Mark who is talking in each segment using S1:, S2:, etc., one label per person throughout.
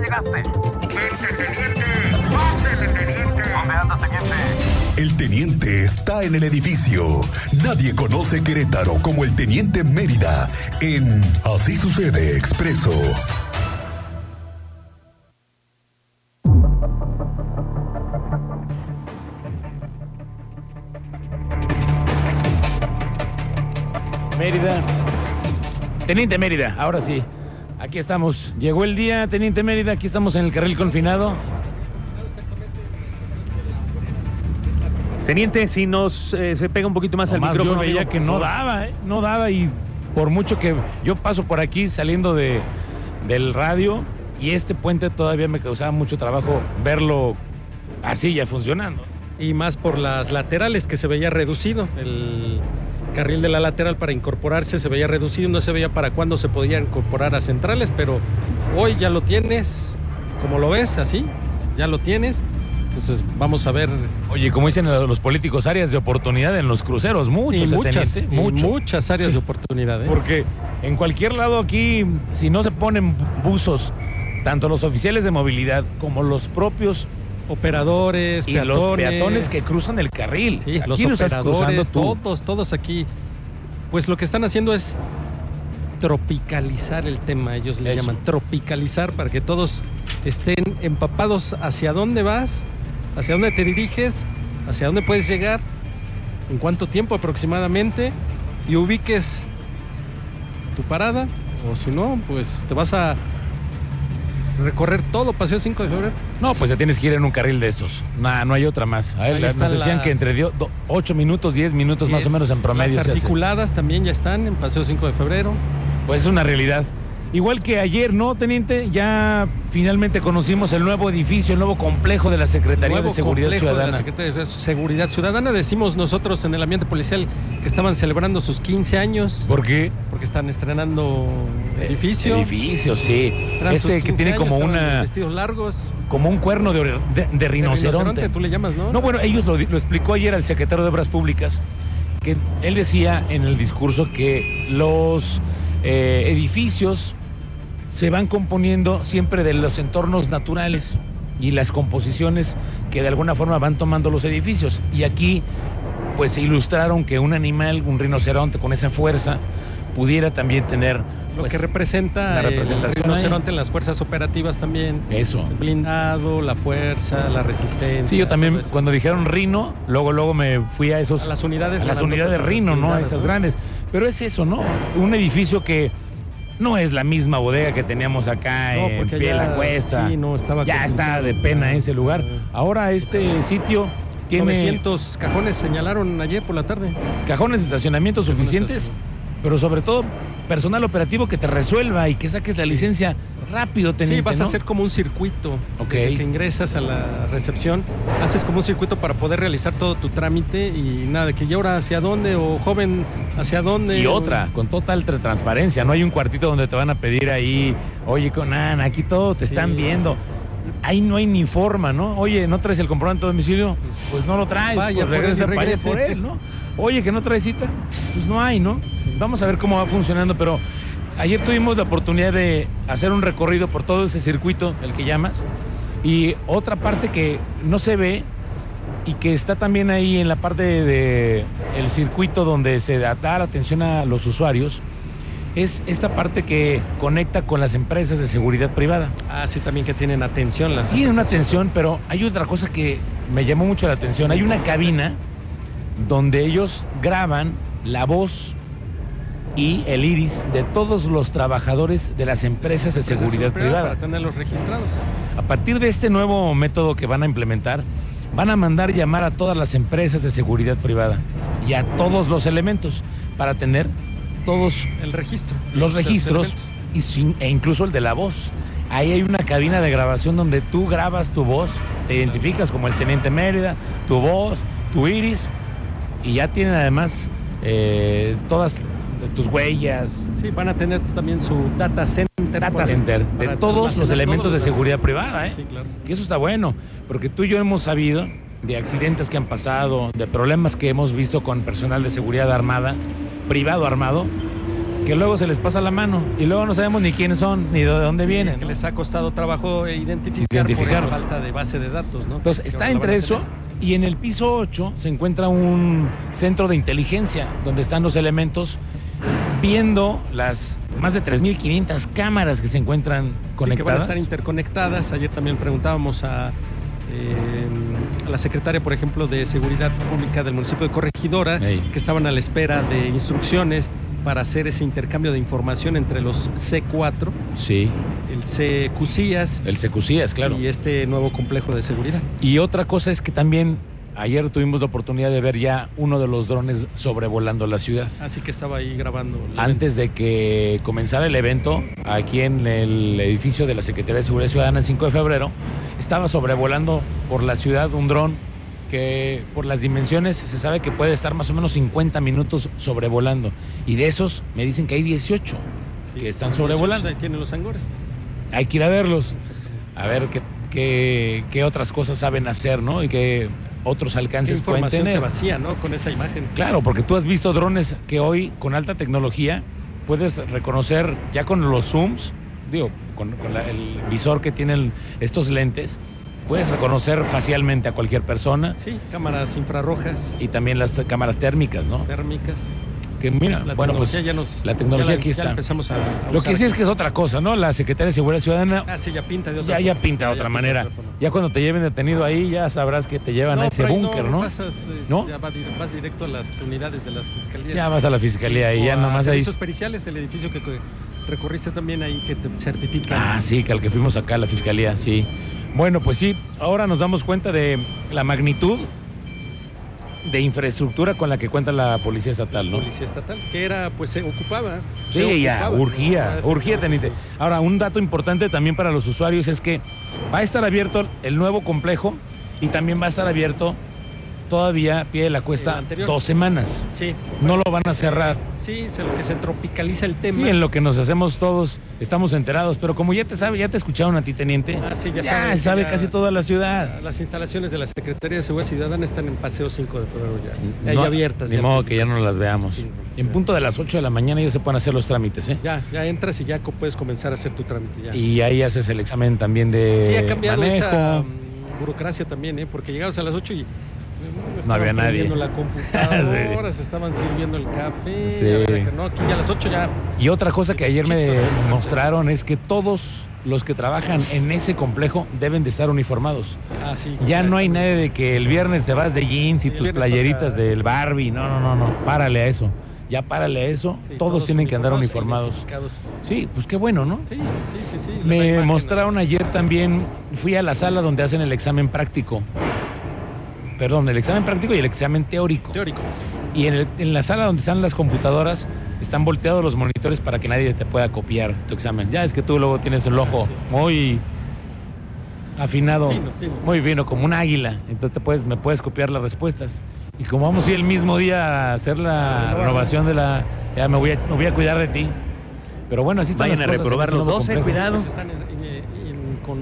S1: llegaste? Vente, Este teniente. Pásele, teniente. ¿Dónde anda, teniente?
S2: El teniente está en el edificio. Nadie conoce Querétaro como el teniente Mérida en Así sucede expreso.
S3: Mérida. Teniente Mérida, ahora sí. Aquí estamos. Llegó el día, Teniente Mérida. Aquí estamos en el carril confinado.
S4: Teniente, si nos eh, se pega un poquito más al
S3: Nomás yo
S4: micrófono.
S3: veía
S4: amigo,
S3: que
S4: por
S3: no
S4: favor.
S3: daba, ¿eh? no daba y por mucho que yo paso por aquí saliendo de, del radio y este puente todavía me causaba mucho trabajo verlo así ya funcionando.
S5: Y más por las laterales que se veía reducido. El carril de la lateral para incorporarse se veía reducido. No se veía para cuándo se podía incorporar a centrales, pero hoy ya lo tienes, como lo ves, así, ya lo tienes. Entonces vamos a ver
S3: Oye, como dicen los políticos, áreas de oportunidad en los cruceros, muchos,
S5: y
S3: ¿eh,
S5: muchas,
S3: Teniente?
S5: y
S3: Mucho.
S5: muchas áreas
S3: Sí.
S5: de oportunidad. ¿eh?
S3: Porque en cualquier lado aquí, si no se ponen bu- buzos, tanto los oficiales de movilidad como los propios
S5: Operadores,
S3: y
S5: peatones,
S3: los peatones que cruzan el carril.
S5: Sí,
S3: Aquí
S5: los
S3: lo estás cruzando
S5: operadores,
S3: tú.
S5: todos, todos aquí. Pues lo que están haciendo es tropicalizar el tema, ellos le
S3: Eso.
S5: llaman tropicalizar para que todos estén empapados hacia dónde vas, hacia dónde te diriges, hacia dónde puedes llegar, en cuánto tiempo aproximadamente y ubiques tu parada o si no, pues te vas a recorrer todo Paseo 5 de Febrero.
S3: No, pues ya tienes que ir en un carril de estos. Nah, no hay otra más. A él
S5: Ahí
S3: nos
S5: están
S3: decían
S5: las-
S3: que entre 8 minutos, 10 minutos más o
S5: Diez.
S3: menos en promedio.
S5: Las
S3: se hace.
S5: articuladas también ya están en Paseo 5 de Febrero.
S3: Pues es una realidad. Igual que ayer, ¿no, Teniente? Ya finalmente conocimos el nuevo edificio, el nuevo complejo de la Secretaría
S5: Nuevo
S3: de Seguridad
S5: complejo de la
S3: Ciudadana.
S5: Secretaría de Seguridad Ciudadana. Decimos nosotros en el ambiente policial que estaban celebrando sus 15 años
S3: ¿Por qué?
S5: porque están estrenando edificio.
S3: Edificio, sí.
S5: Traen sus
S3: Ese que
S5: 15
S3: tiene
S5: años,
S3: como
S5: estaban
S3: una
S5: Vestidos largos.
S3: como un cuerno de, ore- de- de
S5: de
S3: rinoceronte.
S5: Tú le llamas, ¿no?
S3: No, bueno, ellos lo, di- lo explicó ayer al secretario de Obras Públicas, que él decía en el discurso que los eh, edificios se van componiendo siempre de los entornos naturales y las composiciones que de alguna forma van tomando los edificios. Y aquí, pues, se ilustraron que un animal, un rinoceronte con esa fuerza, pudiera también tener
S5: Lo
S3: pues,
S5: que representa
S3: la
S5: el
S3: representación ahí.
S5: rinoceronte en las fuerzas operativas también.
S3: eso.
S5: El blindado, la fuerza, la resistencia.
S3: Sí, yo también
S5: todo eso.
S3: cuando dijeron rino, luego luego me fui a esos
S5: A las unidades.
S3: a las
S5: grandotas,
S3: unidades de
S5: las
S3: Rino, ¿no?
S5: unidades,
S3: Esas grandes. Pero es eso, ¿no? Un edificio que no es la misma bodega que teníamos acá
S5: No,
S3: eh, en
S5: porque
S3: Pie la
S5: allá-
S3: Cuesta.
S5: sí, no, estaba
S3: ya
S5: con-
S3: está de pena
S5: Ah.
S3: ese lugar. Ahora este sitio tiene
S5: 900 cajones señalaron ayer por la tarde.
S3: cajones de estacionamiento suficientes, pero sobre todo personal operativo que te resuelva y que saques la licencia rápido, teniente,
S5: sí, vas a
S3: ¿no?
S5: hacer como un circuito.
S3: Ok.
S5: Desde que ingresas a la recepción, haces como un circuito para poder realizar todo tu trámite y nada, de que ya ahora hacia dónde o joven hacia dónde.
S3: Y
S5: o-
S3: otra, con total tra- transparencia. No hay un cuartito donde te van a pedir ahí, oye, Conan, aquí todo te
S5: Sí,
S3: están viendo. Ahí no hay ni forma, ¿no? Oye, ¿no traes el comprobante de domicilio? Pues no lo traes,
S5: Vaya
S3: pues
S5: por él y
S3: regresa para allá
S5: regrese.
S3: por él, ¿no? Oye, que no traes cita, pues no hay, ¿no? Vamos a ver cómo va funcionando, pero ayer tuvimos la oportunidad de hacer un recorrido por todo ese circuito, el que llamas, y otra parte que no se ve y que está también ahí en la parte de el circuito donde se da, da la atención a los usuarios es esta parte que conecta con las empresas de seguridad privada.
S5: Ah, sí, también que tienen atención las.
S3: Tiene una atención, pero hay otra cosa que me llamó mucho la atención. Hay una cabina donde ellos graban la voz y el iris de todos los trabajadores de las empresas de seguridad privada.
S5: Para tenerlos registrados.
S3: A partir de este nuevo método que van a implementar, van a mandar llamar a todas las empresas de seguridad privada y a todos los elementos para tener todos
S5: El registro.
S3: los registros
S5: elementos.
S3: y sin- e incluso el de la voz. Ahí hay una cabina de grabación donde tú grabas tu voz, te identificas como el Teniente Mérida, tu voz, tu iris, y ya tienen además eh, todas tus huellas,
S5: Sí, van a tener también su data center.
S3: data
S5: por-
S3: center, de
S5: para
S3: todos los
S5: almacenar
S3: elementos
S5: todos
S3: de
S5: los- Ah,
S3: seguridad privada. ¿eh?
S5: Sí, claro.
S3: Que eso está bueno, porque tú y yo hemos sabido de accidentes que han pasado, de problemas que hemos visto con personal de seguridad armada, privado armado, que luego se les pasa la mano y luego no sabemos ni quiénes son ni de dónde vienen.
S5: Que
S3: ¿no?
S5: les ha costado trabajo eh, identificar,
S3: Identificar.
S5: por esa falta de base de datos, ¿no?
S3: Entonces,
S5: Que
S3: está
S5: ahora la van
S3: entre
S5: a
S3: eso
S5: tener.
S3: y en el piso 8 se encuentra un centro de inteligencia donde están los elementos viendo las más de 3.500 cámaras que se encuentran
S5: Sí, que van a
S3: conectadas.
S5: estar interconectadas. Ayer también preguntábamos a, eh, a la secretaria, por ejemplo, de Seguridad Pública del municipio de Corregidora,
S3: Ey.
S5: que estaban a la espera de instrucciones para hacer ese intercambio de información entre los C4,
S3: sí,
S5: el CQCIAS
S3: el Secucías, claro.
S5: y este nuevo complejo de seguridad.
S3: Y otra cosa es que también ayer tuvimos la oportunidad de ver ya uno de los drones sobrevolando la ciudad.
S5: Así que estaba ahí grabando. el
S3: Antes de que comenzara el evento, aquí en el edificio de la Secretaría de Seguridad Ciudadana el 5 de febrero, estaba sobrevolando por la ciudad un dron que por las dimensiones se sabe que puede estar más o menos 50 minutos sobrevolando. Y de esos me dicen que hay 18.
S5: evento.
S3: que están
S5: los
S3: sobrevolando.
S5: Ahí tienen los angores.
S3: Hay que ir a verlos,
S5: Exactamente.
S3: a ver qué, qué, qué otras cosas saben hacer, ¿no? Y qué otros
S5: Qué
S3: alcances pueden
S5: información se
S3: tener.
S5: vacía, ¿no? Con esa imagen.
S3: Claro, porque tú has visto drones que hoy con alta tecnología puedes reconocer ya con los zooms, digo, con, con la- el visor que tienen estos lentes, puedes reconocer facialmente a cualquier persona
S5: Sí, cámaras infrarrojas,
S3: y también las cámaras térmicas, ¿no?
S5: térmicas.
S3: Que mira,
S5: La
S3: bueno, pues
S5: tecnología ya nos-
S3: la tecnología
S5: ya
S3: aquí
S5: ya
S3: está.
S5: empezamos a, a
S3: lo
S5: usar
S3: que sí
S5: aquí.
S3: es que es otra cosa, ¿no? La Secretaría de Seguridad Ciudadana
S5: Ah, sí, ya pinta de otra
S3: ya, ya pinta de
S5: Ya
S3: otra manera.
S5: otra forma.
S3: Ya cuando te lleven detenido ahí, ya sabrás que te llevan a ese
S5: pero ahí
S3: búnker, ¿no?
S5: pasas, es-
S3: ¿No?
S5: Ya va dir- vas directo a las unidades de las fiscalías.
S3: Ya vas a la fiscalía y ya
S5: O a
S3: nomás ahí.
S5: servicios periciales, el edificio que que recorriste también ahí que te certifica.
S3: Ah, sí, que al que fuimos acá a la fiscalía, sí. Bueno, pues sí, ahora nos damos cuenta de la magnitud de infraestructura con la que cuenta la policía estatal, ¿no?
S5: Policía estatal, que era, pues se ocupaba. se
S3: Sí, ya,
S5: ocupaba.
S3: urgía,
S5: Ah, sí,
S3: urgía,
S5: claro,
S3: teniente.
S5: sí.
S3: Ahora, un dato importante también para los usuarios es que va a estar abierto el nuevo complejo y también va a estar abierto todavía pie de la
S5: El
S3: cuesta
S5: anterior.
S3: dos semanas.
S5: Sí,
S3: No lo van a cerrar.
S5: sí, se- lo que se tropicaliza el tema.
S3: Sí, en lo que nos hacemos todos estamos enterados, pero como ya te sabe, ya te escucharon a ti, teniente.
S5: Ah, sí, ya
S3: Ya
S5: saben,
S3: sabe
S5: ya-
S3: casi toda la ciudad.
S5: Las instalaciones de la Secretaría de Seguridad Ciudadana están en Paseo 5 de Febrero ya. Ahí
S3: No,
S5: abiertas.
S3: Ni
S5: ya.
S3: modo que ya no las veamos.
S5: Sí,
S3: en
S5: sí.
S3: punto de las 8 de la mañana ya se pueden hacer los trámites, ¿eh?
S5: Ya, ya entras y ya co- puedes comenzar a hacer tu trámite. Ya.
S3: Y eh, ahí haces el examen también de
S5: sí, ha cambiado
S3: manejo.
S5: esa mm, burocracia también, ¿eh? porque llegabas a las 8 y. mm, estaban
S3: había nadie.
S5: prendiendo la computadora, se estaban sirviendo el café.
S3: Sí.
S5: a ver acá, no, aquí ya a las 8 ya.
S3: Y otra cosa que ayer me
S5: Chito, ¿no?
S3: mostraron es que todos los que trabajan en ese complejo deben de estar uniformados.
S5: Ah, sí,
S3: Ya no hay
S5: está.
S3: nadie de que el viernes te vas de jeans
S5: Sí,
S3: y
S5: el
S3: tus
S5: viernes
S3: playeritas
S5: toca-
S3: del Barbie. No, no, no, no. Párale a eso. Ya párale a eso.
S5: Sí,
S3: todos, tienen que andar uniformados.
S5: identificados.
S3: Sí, pues qué bueno, ¿no?
S5: Sí, sí, sí. sí, la
S3: Me
S5: imagen,
S3: mostraron
S5: ¿no?
S3: ayer también, fui a la sala donde hacen el examen práctico. Perdón, el examen práctico y el examen teórico.
S5: Teórico.
S3: Y en, el- en la sala donde están las computadoras están volteados los monitores para que nadie te pueda copiar tu examen. Ya es que tú luego tienes el ojo
S5: Ah, Sí.
S3: muy afinado,
S5: Fino, fino.
S3: muy fino, como un águila. Entonces te puedes, me puedes copiar las respuestas. Y como vamos a ir el mismo día a hacer la
S5: Renovar, ¿no?
S3: renovación de la... Ya me voy a, me voy a cuidar de ti. Pero bueno, así están
S4: Vayan
S3: las cosas
S4: a
S3: en
S4: reprobar
S3: este
S4: los
S3: nuevo
S4: 12,
S3: complejo.
S4: cuidado.
S5: Pues están eh, en- con,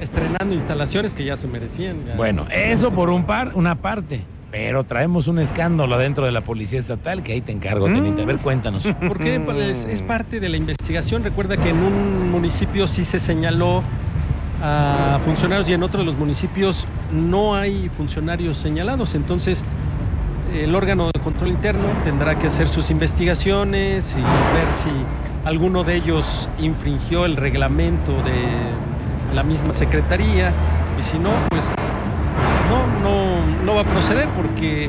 S5: estrenando instalaciones que ya se merecían. ya.
S3: Bueno, eso por un par, una parte. Pero traemos un escándalo dentro de la policía estatal que ahí te
S5: Mm.
S3: encargo, teniente. A ver, cuéntanos.
S5: Porque es, es parte de la investigación. Recuerda que en un municipio sí se señaló a funcionarios y en otro de los municipios no hay funcionarios señalados. Entonces, el órgano de control interno tendrá que hacer sus investigaciones y ver si alguno de ellos infringió el reglamento de la misma secretaría. Y si no, pues no, no, no va a proceder porque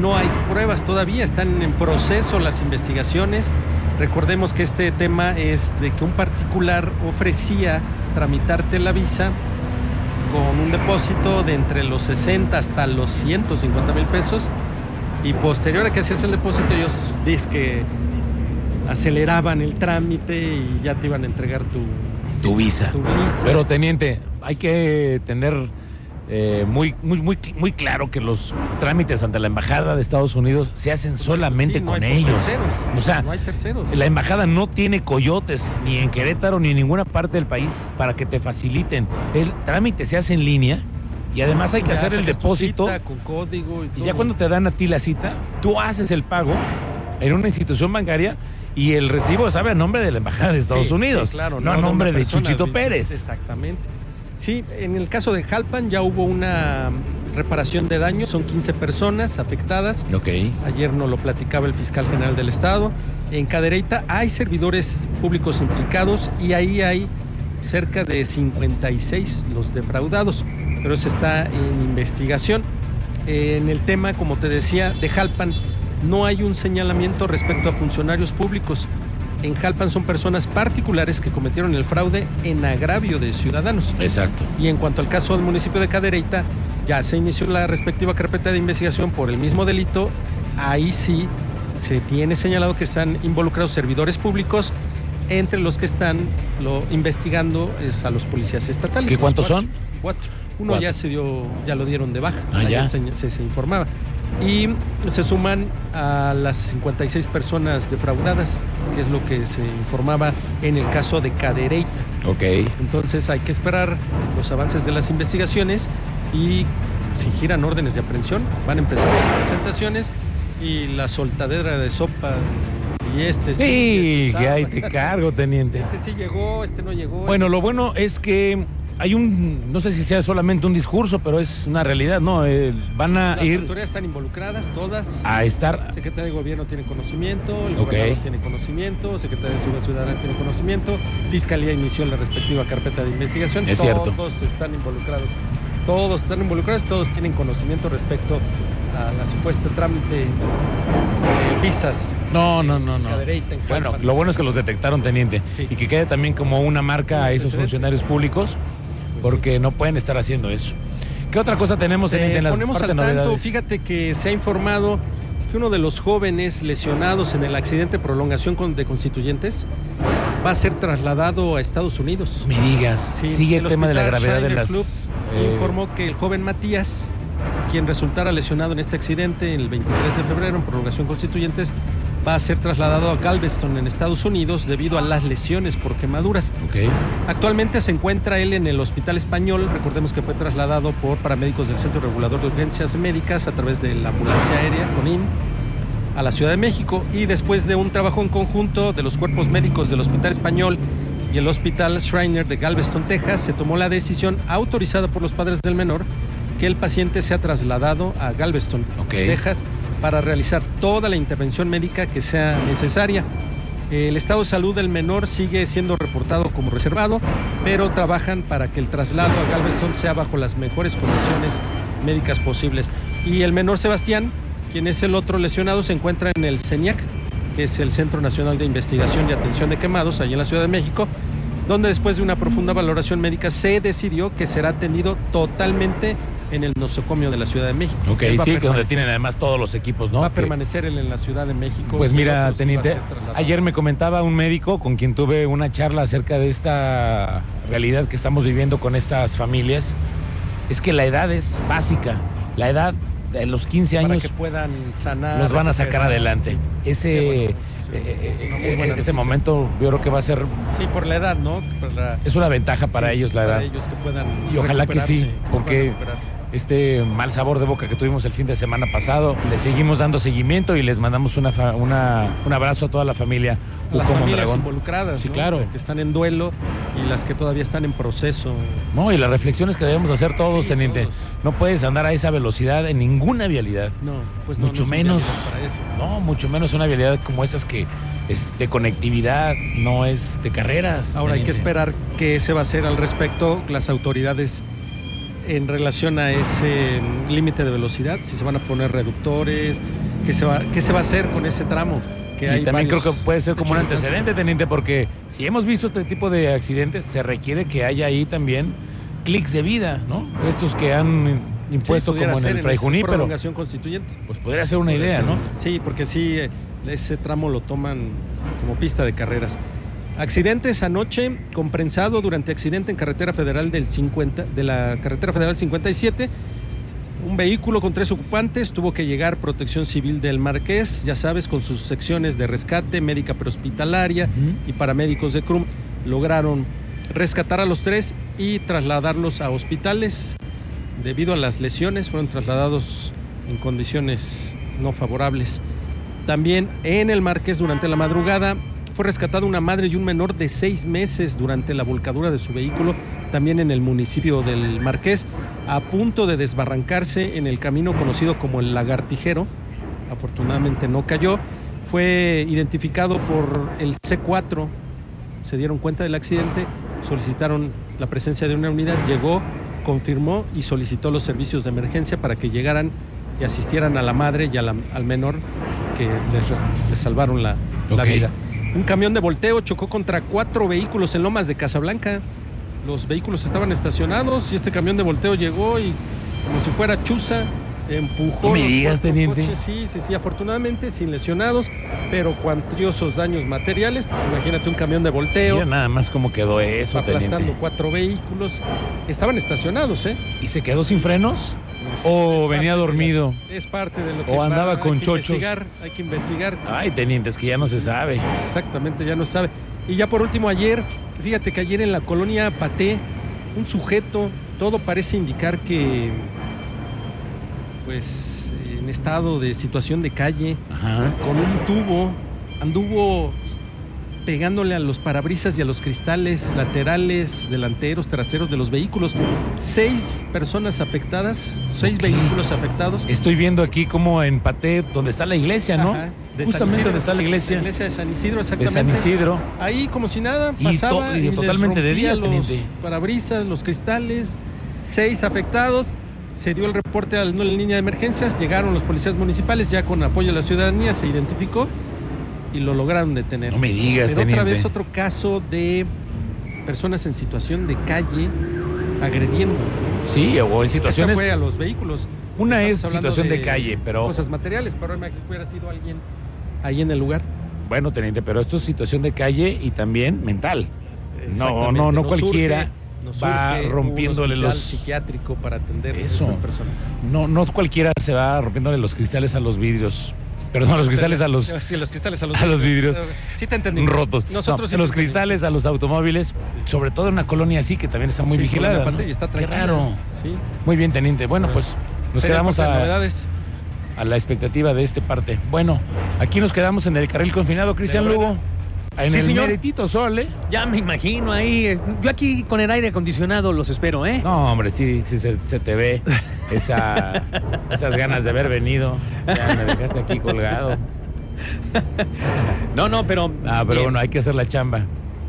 S5: no hay pruebas todavía, están en proceso las investigaciones. Recordemos que este tema es de que un particular ofrecía tramitarte la visa con un depósito de entre los 60 hasta los 150 mil pesos y posterior a que hacías el depósito ellos dicen que aceleraban el trámite y ya te iban a entregar tu,
S3: Tu visa.
S5: tu visa.
S3: Pero, teniente, hay que tener eh, muy, muy, muy, muy claro que los trámites ante la Embajada de Estados Unidos se hacen solamente
S5: Sí, no
S3: con
S5: hay
S3: ellos.
S5: terceros,
S3: O sea,
S5: no hay terceros.
S3: La embajada no tiene coyotes, ni en Querétaro, ni en ninguna parte del país, para que te faciliten. El trámite se hace en línea y además hay que
S5: Ya
S3: hacer el
S5: sacas tu
S3: depósito.
S5: cita con código y,
S3: Y
S5: todo.
S3: ya cuando te dan a ti la cita, tú haces el pago en una institución bancaria Y el recibo sabe a nombre de la Embajada de Estados
S5: Sí,
S3: Unidos,
S5: sí, claro,
S3: no a
S5: de una
S3: nombre de
S5: persona,
S3: Chuchito
S5: sí,
S3: Pérez.
S5: Exactamente. Sí, en el caso de Jalpan ya hubo una reparación de daños, son 15 personas afectadas.
S3: Ok.
S5: Ayer nos lo platicaba el fiscal general del Estado. En Cadereyta hay servidores públicos implicados y ahí hay cerca de 56 los defraudados, pero eso está en investigación. En el tema, como te decía, de Jalpan, no hay un señalamiento respecto a funcionarios públicos. En Jalpan son personas particulares que cometieron el fraude en agravio de ciudadanos.
S3: Exacto.
S5: Y en cuanto al caso del municipio de Cadereyta, ya se inició la respectiva carpeta de investigación por el mismo delito. Ahí sí se tiene señalado que están involucrados servidores públicos, entre los que están lo, investigando es a los policías estatales.
S3: ¿Qué
S5: los
S3: cuántos
S5: cuatro.
S3: son?
S5: Cuatro. Uno
S3: Cuatro.
S5: ya se dio, ya lo dieron de baja.
S3: Ah,
S5: Ayer
S3: ya.
S5: Se, se- se informaba. Y se suman a las 56 personas defraudadas, que es lo que se informaba en el caso de Cadereyta.
S3: Ok.
S5: Entonces hay que esperar los avances de las investigaciones y si giran órdenes de aprehensión, van a empezar las presentaciones y la soltadera de sopa. Y este sí.
S3: Sí, que
S5: este está.
S3: ahí te cargo, teniente.
S5: Este sí llegó, este no llegó.
S3: Bueno, lo bueno es que hay un, no sé si sea solamente un discurso, pero es una realidad, ¿no? Eh, van a
S5: las
S3: ir Ah,
S5: autoridades están involucradas, todas.
S3: a estar...
S5: Secretaría de Gobierno tiene conocimiento, el
S3: Ok.
S5: gobernador tiene conocimiento, Secretaría de Seguridad Ciudadana tiene conocimiento, Fiscalía inició la respectiva carpeta de investigación.
S3: Es
S5: todos
S3: cierto.
S5: están involucrados, todos están involucrados, todos tienen conocimiento respecto a la supuesta trámite de visas.
S3: No, no, no, no.
S5: Cadereyta, en
S3: Bueno,
S5: Jalpan.
S3: lo bueno es que los detectaron, teniente.
S5: Sí.
S3: Y que quede también como una marca a esos
S5: Antecedente.
S3: funcionarios públicos,
S5: Pues
S3: porque no pueden estar haciendo eso. ¿Qué otra cosa tenemos,
S5: Te
S3: teniente, en las
S5: Eh, ponemos al
S3: parte de
S5: tanto,
S3: novedades?
S5: fíjate que se ha informado que uno de los jóvenes lesionados en el accidente de prolongación con- de constituyentes va a ser trasladado a Estados Unidos.
S3: Me digas,
S5: Sí,
S3: sigue el, tema de la
S5: hospital
S3: gravedad de
S5: Shiner
S3: las...
S5: Club
S3: eh,
S5: informó que el joven Matías, quien resultara lesionado en este accidente el 23 de febrero en prolongación constituyentes, va a ser trasladado a Galveston en Estados Unidos debido a las lesiones por quemaduras.
S3: ok.
S5: Actualmente se encuentra él en el Hospital Español. Recordemos que fue trasladado por paramédicos del Centro Regulador de Urgencias Médicas a través de la ambulancia aérea CONIN a la Ciudad de México y después de un trabajo en conjunto de los cuerpos médicos del Hospital Español y el Hospital Shriner de Galveston, Texas, se tomó la decisión autorizada por los padres del menor que el paciente sea trasladado a Galveston,
S3: Ok.
S5: Texas, para realizar toda la intervención médica que sea necesaria. El estado de salud del menor sigue siendo reportado como reservado, pero trabajan para que el traslado a Galveston sea bajo las mejores condiciones médicas posibles. Y el menor Sebastián, quien es el otro lesionado, se encuentra en el CENIAC, que es el Centro Nacional de Investigación y Atención de Quemados, allí en la Ciudad de México, donde después de una profunda valoración médica se decidió que será atendido totalmente en el nosocomio de la Ciudad de México.
S3: Ok,
S5: Él va a
S3: sí, que donde
S5: permanecer-
S3: tienen además todos los equipos, ¿no?
S5: Va a
S3: Que-
S5: permanecer él en la Ciudad de México.
S3: Pues
S5: y el
S3: mira,
S5: otro sí va a
S3: teniente,
S5: ser trasladado.
S3: ayer me comentaba un médico con quien tuve una charla acerca de esta realidad que estamos viviendo con estas familias. Es que la edad es básica. La edad de los 15
S5: para
S3: años
S5: que puedan sanar.
S3: los van a sacar
S5: recuperar,
S3: adelante.
S5: sí. Qué
S3: Ese,
S5: bueno,
S3: eh,
S5: sí,
S3: eh,
S5: una muy
S3: eh,
S5: buena
S3: ese
S5: noticia.
S3: momento yo creo que va a ser,
S5: Sí, por la edad, ¿no? Para,
S3: es una ventaja para
S5: sí,
S3: ellos la
S5: para
S3: edad.
S5: ellos que puedan
S3: Y ojalá que sí,
S5: recuperarse, se
S3: porque-
S5: puedan recuperar.
S3: Este mal sabor de boca que tuvimos el fin de semana pasado, le seguimos dando seguimiento y les mandamos una fa- una- un abrazo a toda la familia.
S5: A las
S3: Uco
S5: familias
S3: Mondragón.
S5: involucradas,
S3: Sí,
S5: ¿no?
S3: claro.
S5: Las que están en duelo y las que todavía están en proceso.
S3: No, y las reflexiones que debemos hacer todos,
S5: Sí,
S3: teniente.
S5: todos.
S3: No puedes andar a esa velocidad en ninguna vialidad.
S5: No, pues no,
S3: mucho
S5: no son
S3: menos.
S5: vialidad para eso.
S3: No, mucho menos una vialidad como estas que es de conectividad, no es de carreras.
S5: Ahora hay que
S3: teniente.
S5: esperar qué se va a hacer al respecto las autoridades en relación a ese mm, límite de velocidad, si se van a poner reductores, qué se va, qué se va a hacer con ese tramo. Que hay
S3: Y también creo
S5: varios-
S3: que puede ser
S5: de
S3: como un
S5: hecho, alcanza-
S3: antecedente, teniente, porque si hemos visto este tipo de accidentes, se requiere que haya ahí también clics de vida, ¿no? Estos que han
S5: Sí,
S3: impuesto
S5: pudiera
S3: como en
S5: ser
S3: el
S5: esa
S3: Fray Juní, pero
S5: prolongación constituyente.
S3: pues podría ser una idea, ¿no?
S5: Sí, porque sí, eh, ese tramo lo toman como pista de carreras. Accidentes anoche, compensado durante accidente en carretera federal del 50, de la carretera federal 57. Un vehículo con tres ocupantes tuvo que llegar Protección Civil del Marqués, ya sabes, con sus secciones de rescate, médica prehospitalaria y paramédicos de CRUM. Lograron rescatar a los tres y trasladarlos a hospitales. Debido a las lesiones, fueron trasladados en condiciones no favorables. También en el Marqués durante la madrugada fue rescatada una madre y un menor de seis meses durante la volcadura de su vehículo, también en el municipio del Marqués, a punto de desbarrancarse en el camino conocido como el Lagartijero. Afortunadamente no cayó. Fue identificado por el C4. Se dieron cuenta del accidente, solicitaron la presencia de una unidad, llegó, confirmó y solicitó los servicios de emergencia para que llegaran y asistieran a la madre y a la- al menor que les, res- les salvaron la, la
S6: Ok.
S5: vida. Un camión de volteo chocó contra cuatro vehículos en Lomas de Casablanca. Los vehículos estaban estacionados y este camión de volteo llegó y como si fuera chuza empujó.
S3: No me
S5: los
S3: digas,
S5: cuatro
S3: teniente.
S5: coches. Sí, sí, sí, afortunadamente sin lesionados, pero cuantiosos daños materiales. Pues imagínate un camión de volteo
S3: Mira nada más cómo quedó eso,
S5: aplastando
S3: teniente.
S5: cuatro vehículos. Estaban estacionados, ¿eh?
S3: ¿Y se quedó sin frenos?
S5: Pues, es
S3: ¿O
S5: parte
S3: Oh, venía
S5: de-
S3: dormido?
S5: Es parte de lo que
S3: O andaba
S5: hay
S3: con
S5: que
S3: chochos.
S5: investigar, hay que investigar.
S3: Ay, teniente, es que ya no se sabe.
S5: Exactamente, ya no sabe. Y ya por último, ayer, fíjate que ayer en la colonia Paté, un sujeto, todo parece indicar que, pues, en estado de situación de calle,
S3: Ajá.
S5: con un tubo, anduvo pegándole a los parabrisas y a los cristales laterales, delanteros, traseros de los vehículos. Seis personas afectadas, seis
S3: Ok.
S5: vehículos afectados.
S3: Estoy viendo aquí como en Paté, donde está la iglesia, ¿no?
S5: Ajá, de San
S3: Justamente
S5: Isidro.
S3: donde está la iglesia
S5: La iglesia de San Isidro,
S3: de
S5: exactamente.
S3: San Isidro.
S5: Ahí como si nada,
S3: Y
S5: pasaba
S3: to- y
S5: les
S3: totalmente de
S5: rompía
S3: día,
S5: los
S3: teniente.
S5: parabrisas, los cristales, seis afectados. Se dio el reporte a la línea de emergencias, llegaron los policías municipales ya con apoyo de la ciudadanía, se identificó y lo lograron detener.
S3: No me digas,
S5: Pero otra
S3: teniente.
S5: vez otro caso de personas en situación de calle agrediendo.
S3: Sí, o en
S5: Esta
S3: situaciones.
S5: fue a los vehículos.
S3: Una es
S5: Estamos hablando
S3: situación de calle, pero.
S5: Cosas materiales, pero imagínate que hubiera sido alguien ahí en el lugar.
S3: Bueno, teniente, pero esto es situación de calle y también mental. No,
S5: Exactamente,
S3: no, no
S5: surge-
S3: cualquiera.
S5: no
S3: va
S5: surge un
S3: rompiéndole
S5: hospital
S3: los-
S5: psiquiátrico para atender
S3: Eso.
S5: a esas personas.
S3: No, no cualquiera se va rompiéndole los cristales a los vidrios. Perdón, a los cristales a los
S5: Sí, los cristales a los,
S3: a los vidrios.
S5: Sí te entendí.
S3: rotos.
S5: Nosotros
S3: Nosotros
S5: sí
S3: los
S5: te entendimos.
S3: cristales a los automóviles, sobre todo en una colonia así que también está muy
S5: Sí,
S3: vigilada.
S5: Colonia
S3: ¿no?
S5: Patella está
S3: Qué
S5: tranquila.
S3: raro.
S5: Sí.
S3: Muy bien, teniente. Bueno, pues nos
S5: Sería
S3: quedamos
S5: parte de
S3: a,
S5: novedades.
S3: a la expectativa de este parte. Bueno, aquí nos quedamos en el carril confinado, Cristian
S4: De Rueda.
S3: Lugo. En
S4: Sí,
S3: el
S4: señor.
S3: meritito sol, ¿eh?
S4: Ya me imagino ahí. es- Yo aquí con el aire acondicionado los espero, ¿eh?
S3: No, hombre, sí, sí se, se te ve esa, esas ganas de haber venido. Ya me dejaste aquí colgado.
S4: No, no, pero.
S3: Ah, pero
S4: bien,
S3: bueno, hay que hacer la chamba.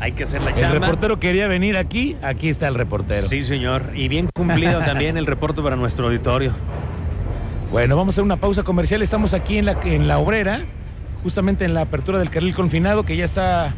S4: hay que hacer la
S3: El
S4: chamba.
S3: reportero quería venir aquí, aquí está el reportero.
S4: Sí, señor. Y bien cumplido también el reporte para nuestro auditorio.
S3: Bueno, vamos a hacer una pausa comercial. Estamos aquí en la, en la obrera, justamente en la apertura del carril confinado, que ya está